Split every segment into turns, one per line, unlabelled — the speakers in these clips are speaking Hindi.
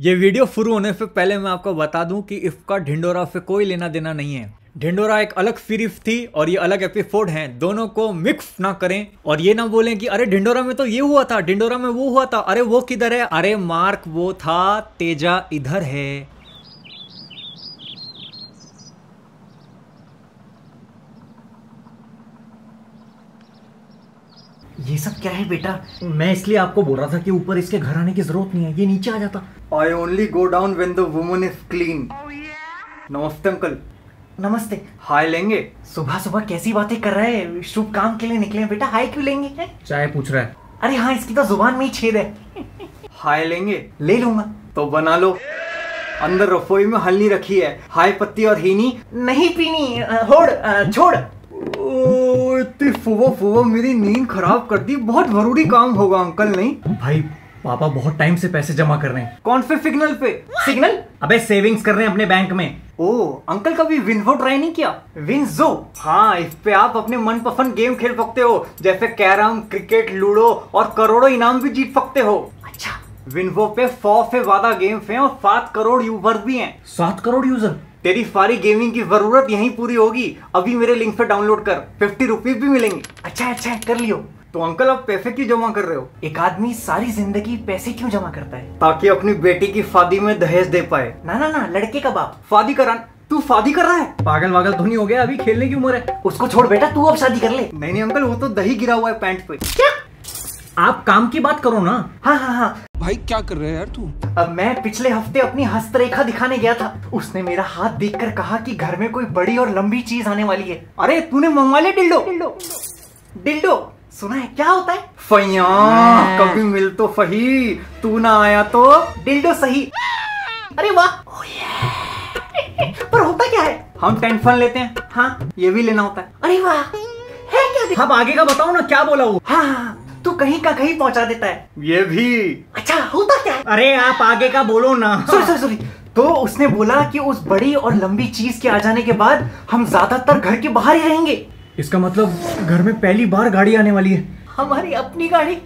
ये वीडियो शुरू होने से पहले मैं आपको बता दूं कि इसका ढिंडोरा से कोई लेना देना नहीं है ढिंडोरा एक अलग सीरीज थी और ये अलग एपिसोड हैं दोनों को मिक्स ना करें और ये ना बोलें कि अरे ढिंडोरा में तो ये हुआ था ढिंडोरा में वो हुआ था अरे वो किधर है अरे मार्क वो था तेजा इधर है
ये सब क्या है बेटा मैं इसलिए आपको बोल रहा था कि ऊपर इसके घर आने की जरूरत नहीं है ये नीचे आ जाता
I only go down when the woman is clean नमस्ते अंकल
नमस्ते
हाय लेंगे
सुबह सुबह कैसी बातें कर रहे हैं शुभ काम के लिए निकले हैं बेटा हाय क्यों लेंगे हैं?
चाय पूछ रहा है
अरे हाँ इसकी तो जुबान में ही छेद है
हाय लेंगे
ले लूंगा
तो बना लो अंदर रसोई में हल्ली रखी है हाय पत्ती और हीनी
नहीं पीनी अ, होड़ अ, छोड़
ओ, इतनी सुबह सुबह मेरी नींद खराब कर दी बहुत जरूरी काम होगा अंकल नहीं
भाई पापा बहुत टाइम से पैसे जमा कर रहे हैं
कौन से सिग्नल पे
सिग्नल अबे सेविंग्स कर रहे हैं अपने बैंक में
ओ अंकल कभी विनवो ट्राई नहीं किया विनजो हाँ इस पे आप अपने मनपसंद गेम खेल सकते हो जैसे कैरम क्रिकेट लूडो और करोड़ों इनाम भी जीत सकते हो
अच्छा
विनवो पे सौ से ज्यादा गेम्स हैं और सात करोड़ यूजर भी हैं
सात करोड़ यूजर
तेरी सारी गेमिंग की जरूरत यहीं पूरी होगी अभी मेरे लिंक पे डाउनलोड कर फिफ्टी रुपीज भी मिलेंगे
अच्छा है, अच्छा है, कर लियो
तो अंकल आप पैसे क्यों जमा कर रहे हो
एक आदमी सारी जिंदगी पैसे क्यों जमा करता है
ताकि अपनी बेटी की शादी में दहेज दे पाए
ना ना ना लड़के का बाप
शादी करान तू शादी कर रहा है
पागल वागल तो नहीं हो गया अभी खेलने की उम्र है उसको छोड़ बेटा तू अब शादी कर ले
नहीं नहीं अंकल वो तो दही गिरा हुआ है पैंट पे
आप काम की बात करो ना हाँ हाँ हाँ
भाई क्या कर रहे हैं यार तू
अब मैं पिछले हफ्ते अपनी हस्तरेखा दिखाने गया था उसने मेरा हाथ देखकर कहा कि घर में कोई बड़ी और लंबी चीज आने वाली है
अरे तूने मंगवा लिया डिल्डो
डिल्डो सुना है क्या होता है
फैया कभी मिल तो सही तू ना आया तो
डिल्डो सही अरे वाह पर होता क्या है
हम टेंशन लेते हैं
हाँ
ये भी लेना होता है
अरे वाह हाँ। है क्या दे-
अब आगे का बताओ ना क्या बोला वो
हाँ हाँ, हाँ तू कहीं का कहीं पहुंचा देता है
ये भी
अच्छा होता क्या है
अरे आप आगे का बोलो ना
सॉरी सॉरी सॉरी तो उसने बोला कि उस बड़ी और लंबी चीज के आ जाने के बाद हम ज्यादातर घर के बाहर ही रहेंगे
इसका मतलब घर में पहली बार गाड़ी आने वाली है
हमारी अपनी गाड़ी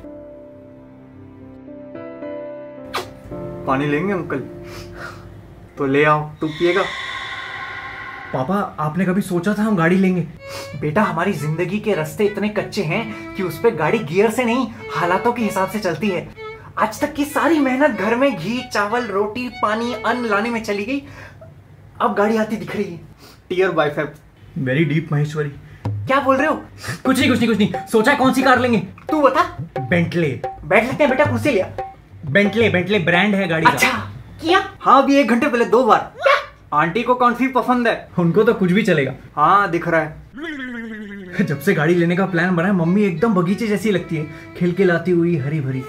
पानी लेंगे अंकल तो ले आओ तू पिएगा
पापा आपने कभी सोचा था हम गाड़ी लेंगे
बेटा हमारी जिंदगी के रास्ते इतने कच्चे हैं कि उस पर गाड़ी गियर से नहीं हालातों के हिसाब से चलती है आज तक की सारी मेहनत घर में घी चावल रोटी पानी अन्न लाने में चली गई अब गाड़ी आती दिख रही है
tear bicep
very deep Maheshwari
क्या बोल रहे हो
कुछ नहीं कुछ नहीं कुछ नहीं सोचा है कौन सी कार लेंगे
तू बता
बेंटले
बैठ लेते हैं बेटा कुर्सी लिया
बेंटले बेंटले ब्रांड है गाड़ी
अच्छा किया
हाँ अभी एक घंटे पहले दो बार आंटी को कौन सी पसंद है
का उनको तो कुछ भी चलेगा
हाँ दिख रहा है
जब से गाड़ी लेने का प्लान बना है मम्मी एकदम बगीचे जैसी लगती है खिल के लाती हुई हरी भरी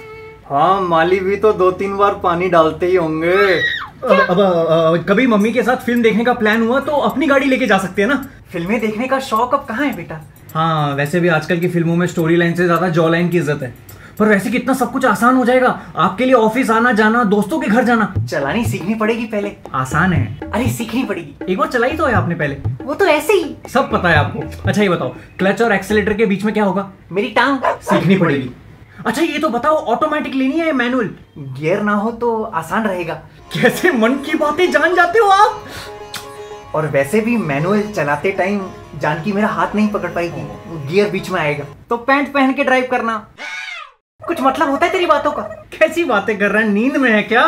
हाँ माली भी तो दो तीन बार पानी डालते ही होंगे
अब, अब, अब कभी मम्मी के साथ फिल्म देखने का प्लान हुआ तो अपनी गाड़ी लेके जा सकते हैं ना
फिल्में देखने का शौक अब कहाँ है बेटा
हाँ वैसे भी आजकल की फिल्मों में स्टोरी लाइन से ज्यादा जॉ लाइन की इज्जत है पर वैसे कितना सब कुछ आसान हो जाएगा आपके लिए ऑफिस आना जाना दोस्तों के घर जाना
चलानी सीखनी पड़ेगी पहले
आसान है
अरे सीखनी पड़ेगी
एक बार चलाई तो है आपने पहले
वो तो ऐसे ही
सब पता है आपको अच्छा ये बताओ क्लच और एक्सेलेटर के बीच में क्या होगा
मेरी टांग
सीखनी पड़ेगी अच्छा ये तो बताओ ऑटोमेटिक लेनी है मैनुअल
गियर ना हो तो आसान रहेगा
कैसे मन की बातें जान जाते हो आप
और वैसे भी मैनुअल चलाते टाइम जानकी मेरा हाथ नहीं पकड़ पाएगी गियर बीच में आएगा
तो पैंट पहन के ड्राइव करना
कुछ मतलब होता है तेरी बातों का
कैसी बातें कर रहा है नींद में है क्या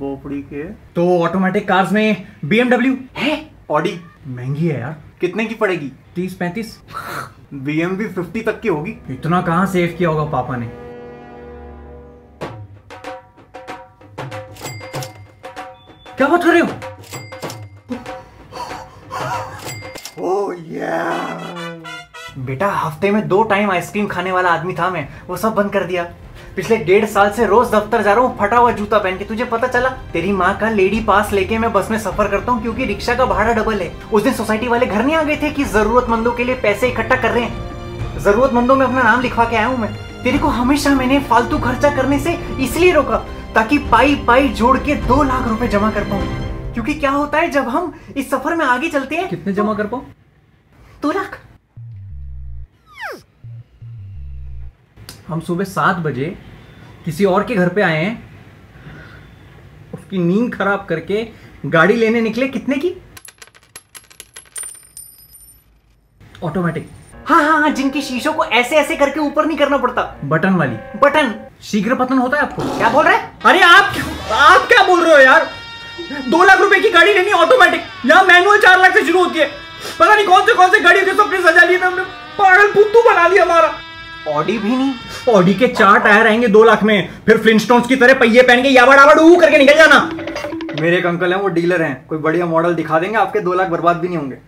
बोपड़ी के
तो ऑटोमेटिक कार्स में बीएमडब्ल्यू
है
ऑडी
महंगी है यार
कितने की पड़ेगी
तीस पैंतीस
बी एम बी फिफ्टी तक की होगी
इतना कहाँ सेव किया होगा पापा ने क्या बात कर रहे हो
ओ या
बेटा हफ्ते में दो टाइम आइसक्रीम खाने वाला आदमी था मैं वो सब बंद कर दिया पिछले डेढ़ साल से रोज दफ्तर जा रहा हूँ फटा हुआ जूता पहन के तुझे पता चला तेरी माँ का लेडी पास लेके मैं बस में सफर करता हूँ क्योंकि रिक्शा का भाड़ा डबल है उस दिन सोसाइटी वाले घर नहीं आ गए थे कि जरूरतमंदों के लिए पैसे इकट्ठा कर रहे हैं जरूरतमंदों में अपना नाम लिखवा के आया हूँ मैं तेरे को हमेशा मैंने फालतू खर्चा करने से इसलिए रोका ताकि पाई पाई जोड़ के दो लाख रुपए जमा कर पाऊँ क्योंकि क्या होता है जब हम इस सफर में आगे तो चलते हैं
कितने जमा कर पाओ
दो लाख
हम सुबह सात बजे किसी और के घर पे आए हैं उसकी नींद खराब करके गाड़ी लेने निकले कितने की ऑटोमेटिक
हाँ हाँ हाँ जिनकी शीशों को ऐसे ऐसे करके ऊपर नहीं करना पड़ता
बटन वाली
बटन
शीघ्र पतन होता है आपको
क्या बोल रहे हैं
अरे आप आप क्या बोल रहे हो यार दो लाख रुपए की गाड़ी लेनी ऑटोमेटिक यहाँ मैनुअल चार लाख से शुरू होती है पता नहीं कौन से कौन से गाड़ियों के सपने सजा लिए थे हमने पागल पुत्तू बना दिया हमारा
ऑडी भी नहीं
ऑडी के चार टायर आएंगे दो लाख में फिर फ्लिंटस्टोन्स की तरह पहिए पहन के याबड़ आबड़ ऊ करके निकल जाना मेरे एक अंकल हैं वो डीलर हैं कोई बढ़िया मॉडल दिखा देंगे आपके दो लाख बर्बाद भी नहीं होंगे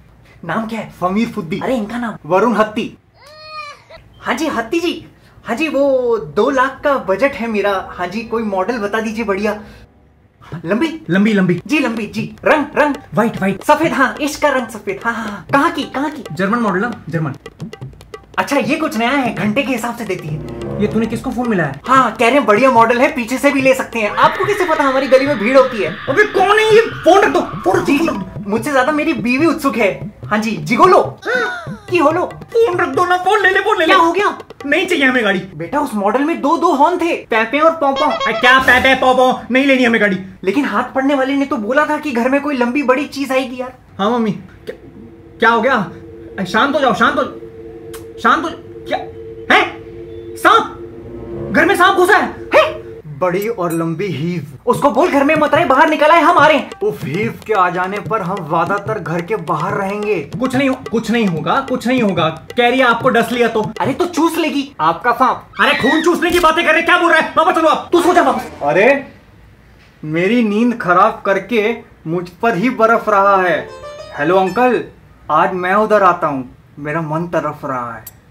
नाम क्या है
फमीर फुद्दी
अरे इनका नाम
वरुण हत्ती
हाँ जी हत्ती जी हाँ जी वो दो लाख का बजट है मेरा हाँ जी कोई मॉडल बता दीजिए बढ़िया लंबी
लंबी लंबी
जी लंबी जी रंग रंग
वाइट वाइट
सफेद हाँ इश्क का रंग सफेद हाँ हाँ हाँ कहाँ की कहाँ की
जर्मन मॉडल ना जर्मन
अच्छा ये कुछ नया है घंटे के हिसाब से देती है
ये तूने किसको फोन मिलाया
हाँ कह रहे हैं बढ़िया मॉडल है पीछे से भी ले सकते हैं आपको कैसे पता हमारी गली में भीड़ होती है
अबे कौन है ये फोन रख दो फोन रख
जी
दो
जी मुझसे ज्यादा मेरी बीवी उत्सुक है हाँ जी जिगोलो की होलो
फोन रख दो ना फोन ले ले फोन ले ले
क्या हो गया
नहीं चाहिए हमें गाड़ी
बेटा उस मॉडल में दो दो हॉर्न थे पैपे और पौपा
अरे क्या पै पै पाओ पाओ नहीं लेनी हमें गाड़ी
लेकिन हाथ पड़ने वाले ने तो बोला था कि घर में कोई लंबी बड़ी चीज आएगी यार
हाँ मम्मी क्या, क्या हो गया अरे शांत हो जाओ शांत हो शांत हो क्या है सांप घर में सांप घुसा है
है?
बड़ी और लंबी हीव
उसको बोल घर में मत आए बाहर निकल आए हम आ रहे हैं
उफ हीव के आ जाने पर हम ज्यादातर घर के बाहर रहेंगे कुछ नहीं कुछ नहीं होगा कुछ नहीं होगा कह रही है आपको डस लिया तो
अरे तो चूस लेगी आपका सांप
अरे खून चूसने की बातें कर रहे हैं, क्या बोल रहा है पापा चलो आप
तू सो जा वापस
अरे मेरी नींद खराब करके मुझ पर ही बर्फ रहा है हेलो अंकल आज मैं उधर आता हूँ मेरा मन तरफ रहा है